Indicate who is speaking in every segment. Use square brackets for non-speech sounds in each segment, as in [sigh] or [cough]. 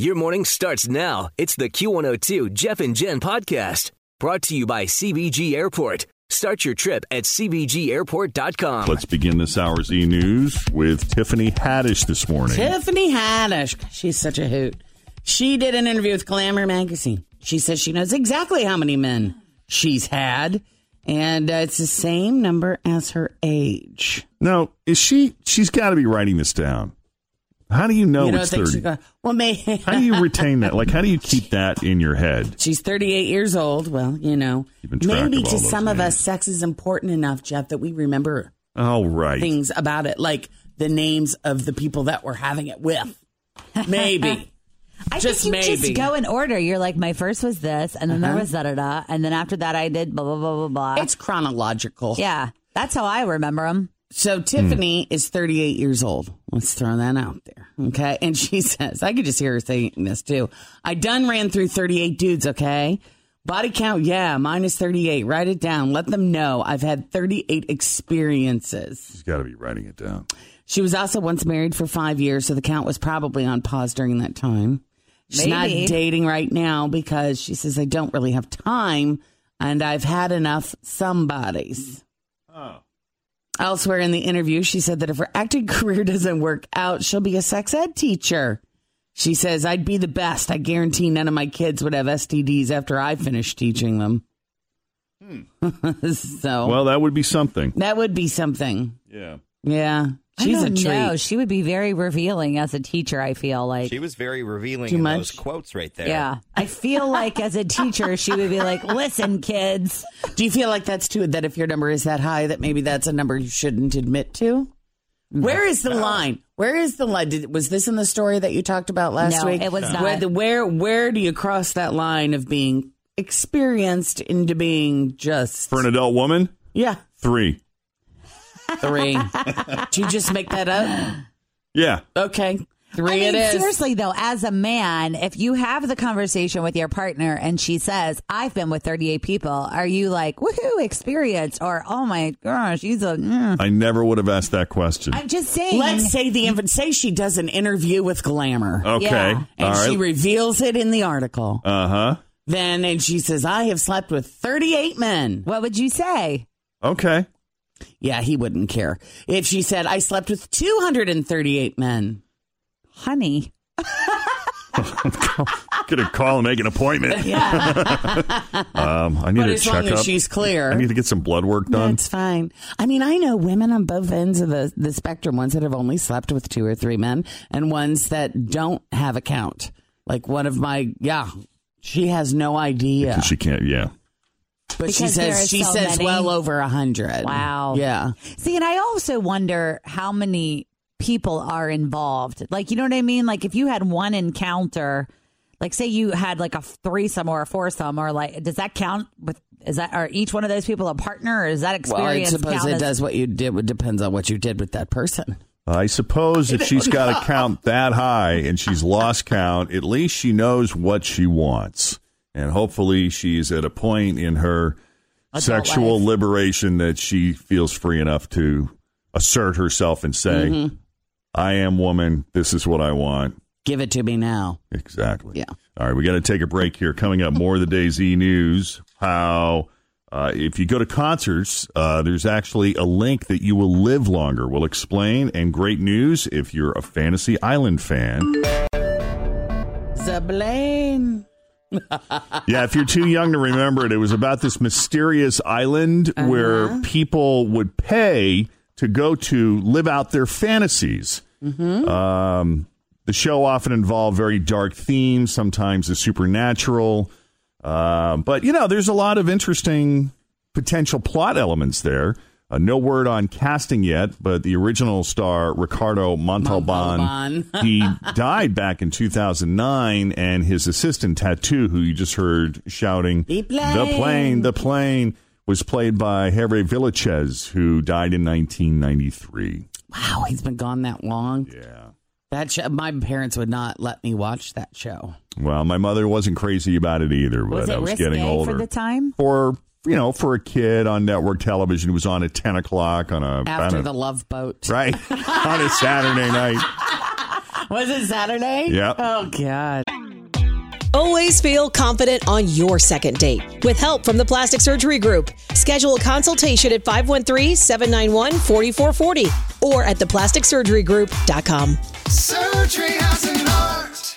Speaker 1: Your morning starts now. It's the Q102 Jeff and Jen podcast brought to you by CBG Airport. Start your trip at CBGAirport.com.
Speaker 2: Let's begin this hour's e news with Tiffany Haddish this morning.
Speaker 3: Tiffany Haddish, she's such a hoot. She did an interview with Glamour magazine. She says she knows exactly how many men she's had, and uh, it's the same number as her age.
Speaker 2: Now, is she? She's got to be writing this down. How do you know
Speaker 3: you don't
Speaker 2: it's
Speaker 3: think
Speaker 2: thirty?
Speaker 3: she's going, well, may
Speaker 2: how do you retain that? Like, how do you keep that in your head?
Speaker 3: [laughs] She's 38 years old. Well, you know,
Speaker 2: Keeping track
Speaker 3: maybe
Speaker 2: of all
Speaker 3: to
Speaker 2: those
Speaker 3: some of
Speaker 2: names.
Speaker 3: us, sex is important enough, Jeff, that we remember
Speaker 2: All right.
Speaker 3: things about it, like the names of the people that we're having it with.
Speaker 2: [laughs]
Speaker 3: Maybe.
Speaker 4: I
Speaker 3: Just
Speaker 4: think you
Speaker 3: maybe.
Speaker 4: just go in order. You're like, my first was this, and then
Speaker 3: Uh-huh.
Speaker 4: there was da da da, and then after that I did blah blah blah blah blah.
Speaker 3: it's chronological.
Speaker 4: yeah, that's how I remember them.
Speaker 3: So Tiffany is 38 years old. Let's throw that out there. Okay. And she [laughs] says, I could just hear her saying this too. I done ran through 38 dudes. Okay. Body count. Yeah. Mine is 38. Write it down. Let them know I've had 38 experiences.
Speaker 2: She's got to be writing it down.
Speaker 3: She was also once married for five years. So the count was probably on pause during that time. She's
Speaker 4: Maybe.
Speaker 3: not dating right now because she says, I don't really have time and I've had enough somebodies.
Speaker 2: Oh,
Speaker 3: Elsewhere in the interview, she said that if her acting [laughs] career doesn't work out, she'll be a sex ed teacher. She says, I'd be the best. I guarantee none of my kids would have STDs after I finish teaching them. [laughs] so
Speaker 2: well, that would be something.
Speaker 3: that would be something.
Speaker 2: Yeah.
Speaker 3: Yeah. She's a
Speaker 4: I don't
Speaker 3: treat.
Speaker 4: know. She would be very revealing as a teacher. I feel like.
Speaker 5: She was very revealing
Speaker 3: Too
Speaker 5: in
Speaker 3: much?
Speaker 5: those quotes right there.
Speaker 4: yeah, I feel like as a teacher, she would be like, "Listen, kids,
Speaker 3: Do you feel like that's too, that if your number is that high, that maybe that's a number you shouldn't admit to? Where is the line? Where is the line? Did, was this in the story that you talked about last
Speaker 4: No,
Speaker 3: week?
Speaker 4: it was No. not.
Speaker 3: Where, the, where where do you cross that line of being experienced into being just
Speaker 2: For an adult woman,
Speaker 3: yeah
Speaker 2: three.
Speaker 3: three? [laughs] Did you just make that up?
Speaker 2: Yeah.
Speaker 3: Okay, three
Speaker 4: I
Speaker 3: it
Speaker 4: mean,
Speaker 3: is.
Speaker 4: seriously though, as a man, if you have the conversation with your partner and she says, "I've been with 38 people," are you like, "Woohoo, experience," or "Oh my gosh, she's a." Mm.
Speaker 2: I never would have asked that question.
Speaker 4: I'm just saying.
Speaker 3: Let's say the infant say she does an interview with Glamour
Speaker 2: okay.
Speaker 4: yeah.
Speaker 3: and
Speaker 2: Oh, All
Speaker 3: she
Speaker 2: right.
Speaker 3: reveals it in the article.
Speaker 2: uh huh.
Speaker 3: Then and she says, "I have slept with 38 men."
Speaker 4: What would you say?
Speaker 2: Okay.
Speaker 3: Yeah, he wouldn't care. If she said, I slept with 238 men.
Speaker 4: Honey.
Speaker 2: Could have called and make an
Speaker 3: [laughs]
Speaker 2: appointment. Yeah. [laughs] um, I need
Speaker 3: But
Speaker 2: a
Speaker 3: as long
Speaker 2: checkup.
Speaker 3: as she's clear.
Speaker 2: I need to get some blood work done.
Speaker 3: That's fine. I mean, I know women on both ends of the, the spectrum, ones that have only slept with two or three men and ones that don't have a count. Like one of my, yeah, she has no idea.
Speaker 2: Because she can't. Yeah.
Speaker 3: but she
Speaker 4: Because there are
Speaker 3: says, she
Speaker 4: so
Speaker 3: says
Speaker 4: many.
Speaker 3: well over a 100.
Speaker 4: Wow.
Speaker 3: Yeah.
Speaker 4: See, and I also wonder how many people are involved. Like, you know what I mean? Like, if you had one encounter, like, say you had like a threesome or a foursome, or like, does that count with, is that, are each one of those people a partner, or is that
Speaker 3: Well, I
Speaker 4: experience?
Speaker 3: suppose
Speaker 4: count
Speaker 3: it
Speaker 4: as-
Speaker 3: does what you did. It depends on what you did with that person.
Speaker 2: I suppose if she's got a count that high and she's lost count, at least she knows what she wants. And hopefully she's at a point in her
Speaker 4: Adult
Speaker 2: sexual
Speaker 4: life.
Speaker 2: liberation that she feels free enough to assert herself and say, I am woman. This is what I want.
Speaker 3: Give it to me now.
Speaker 2: Exactly.
Speaker 3: Yeah.
Speaker 2: All right, we got to take a break here. Coming up, more of the day's e news. How uh, if you go to concerts, uh, there's actually a link that you will live longer. We'll explain. And great news if you're a Fantasy Island fan.
Speaker 3: Zablane.
Speaker 2: Yeah, if you're too young to remember it, it was about this mysterious island where people would pay to go to live out their fantasies. Um, the show often involved very dark themes, sometimes the supernatural. Um, but, you know, there's a lot of interesting potential plot elements there. Uh, no word on casting yet, but the original star, Ricardo Montalban,
Speaker 3: Montalban.
Speaker 2: he died back in 2009, and his assistant, Tattoo, who you just heard shouting,
Speaker 3: The plane.
Speaker 2: the plane, the plane, was played by Hervé Villachez, who died in 1993.
Speaker 3: Wow, he's been gone that long.
Speaker 2: Yeah.
Speaker 3: That show, my parents would not let me watch that show.
Speaker 2: Well, my mother wasn't crazy about it either, but
Speaker 4: was it
Speaker 2: I was
Speaker 4: risque
Speaker 2: getting older.
Speaker 4: for the time?
Speaker 2: for you know, for a kid on network television, it was on at ten o'clock on a I
Speaker 3: After
Speaker 2: don't-
Speaker 3: the Love Boat,
Speaker 2: right [laughs] on a Saturday night.
Speaker 3: [laughs] was it Saturday?
Speaker 2: Yep.
Speaker 3: Oh God.
Speaker 5: Always feel confident on your second date. With help from the Plastic Surgery Group, schedule a consultation at 513-791-4440 or at theplasticsurgerygroup.com.
Speaker 6: Surgery has an art.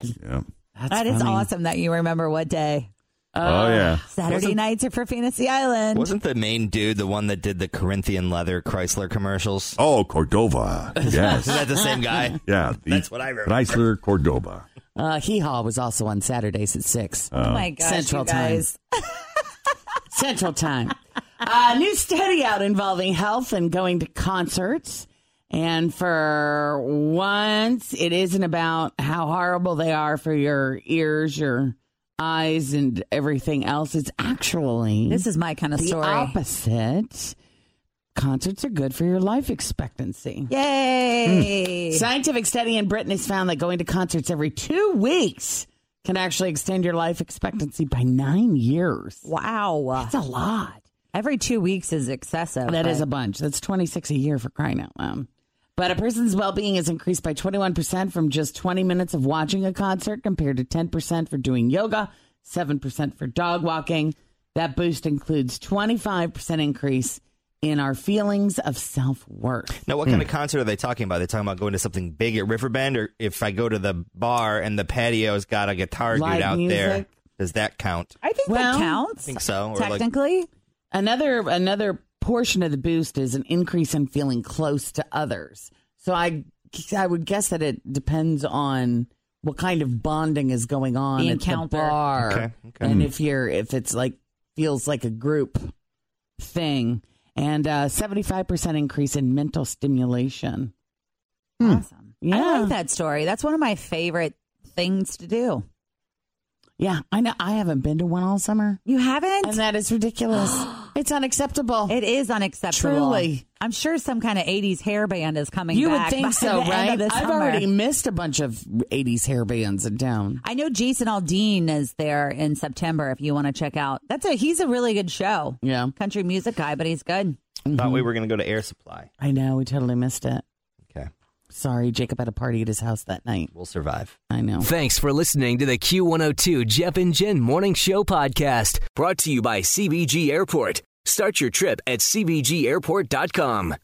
Speaker 2: Yeah.
Speaker 3: That's
Speaker 4: That is
Speaker 3: funny.
Speaker 4: awesome that you remember what day.
Speaker 2: oh yeah.
Speaker 4: Saturday nights are for Fantasy Island.
Speaker 7: Wasn't the main dude the one that did the Corinthian leather Chrysler commercials?
Speaker 2: Oh Cordova. Yes.
Speaker 7: Is that the same [laughs] guy?
Speaker 2: Yeah. the
Speaker 7: That's what I remember.
Speaker 2: Chrysler Cordova.
Speaker 3: Uh, Hee Haw was also on Saturdays at six.
Speaker 2: Uh,
Speaker 4: oh my gosh,
Speaker 3: Central
Speaker 4: you guys.
Speaker 3: [laughs] Central Time. A new study out involving health and going to concerts. And for once, it isn't about how horrible they are for your ears, your eyes, and everything else. It's actually
Speaker 4: This is my kind of
Speaker 3: the
Speaker 4: story.
Speaker 3: opposite. Concerts are good for your life expectancy.
Speaker 4: Yay!
Speaker 3: Scientific study in Britain has found that going to concerts every two weeks can actually extend your life expectancy by nine years.
Speaker 4: Wow.
Speaker 3: That's a lot.
Speaker 4: Every two weeks is excessive.
Speaker 3: That is
Speaker 4: but-
Speaker 3: a bunch. That's 26 a year for crying out loud. But a person's well being is increased by 21% from just 20 minutes of watching a concert compared to 10% for doing yoga, 7% for dog walking. That boost includes 25% increase in our feelings of self worth.
Speaker 7: Now, what kind of concert are they talking about? They're talking about going to something big at Riverbend, or if I go to the bar and the patio's got a guitar
Speaker 3: Live
Speaker 7: dude out there,
Speaker 3: music.
Speaker 7: does that count? I
Speaker 4: I think
Speaker 3: Well-
Speaker 4: that counts.
Speaker 7: think so. Or like,
Speaker 4: Technically,
Speaker 3: Another another portion of the boost is an increase in feeling close to others. So I I would guess that it depends on what kind of bonding is going on
Speaker 4: The
Speaker 3: at
Speaker 4: encounter.
Speaker 3: the bar,
Speaker 7: Okay, okay. Hmm.
Speaker 3: and if you're if it's like feels like a group thing, and seventy five percent increase in mental stimulation.
Speaker 7: Hmm.
Speaker 4: awesome. I
Speaker 3: Yeah.
Speaker 4: like that story. That's one of my favorite things to do.
Speaker 3: Yeah, I know. I haven't been to one all summer,
Speaker 4: You haven't?
Speaker 3: and that is
Speaker 4: [gasps]
Speaker 3: ridiculous. it's unacceptable.
Speaker 4: it is unacceptable.
Speaker 3: Truly.
Speaker 4: I'm sure some kind of 80s hair band is coming
Speaker 3: you would
Speaker 4: back by
Speaker 3: think so,
Speaker 4: the end
Speaker 3: right?
Speaker 4: of the
Speaker 3: I've
Speaker 4: summer.
Speaker 3: already missed a bunch of '80s hair bands in town.
Speaker 4: I know Jason Aldean is there in September if you want to check out. That's a he's a really good show.
Speaker 3: Yeah. Mm-hmm.
Speaker 4: Country music guy, but he's good.
Speaker 7: thought
Speaker 3: Mhm.
Speaker 7: we were going to go to Air Supply.
Speaker 3: I know. We totally missed it.
Speaker 7: Okay,
Speaker 3: Sorry, Jacob had a party at his house that night.
Speaker 7: we'll survive.
Speaker 3: I know.
Speaker 1: Thanks for listening to the Q102 Jeff and Jen Morning Show podcast brought to you by CBG Airport. Start your trip at CBGAirport.com.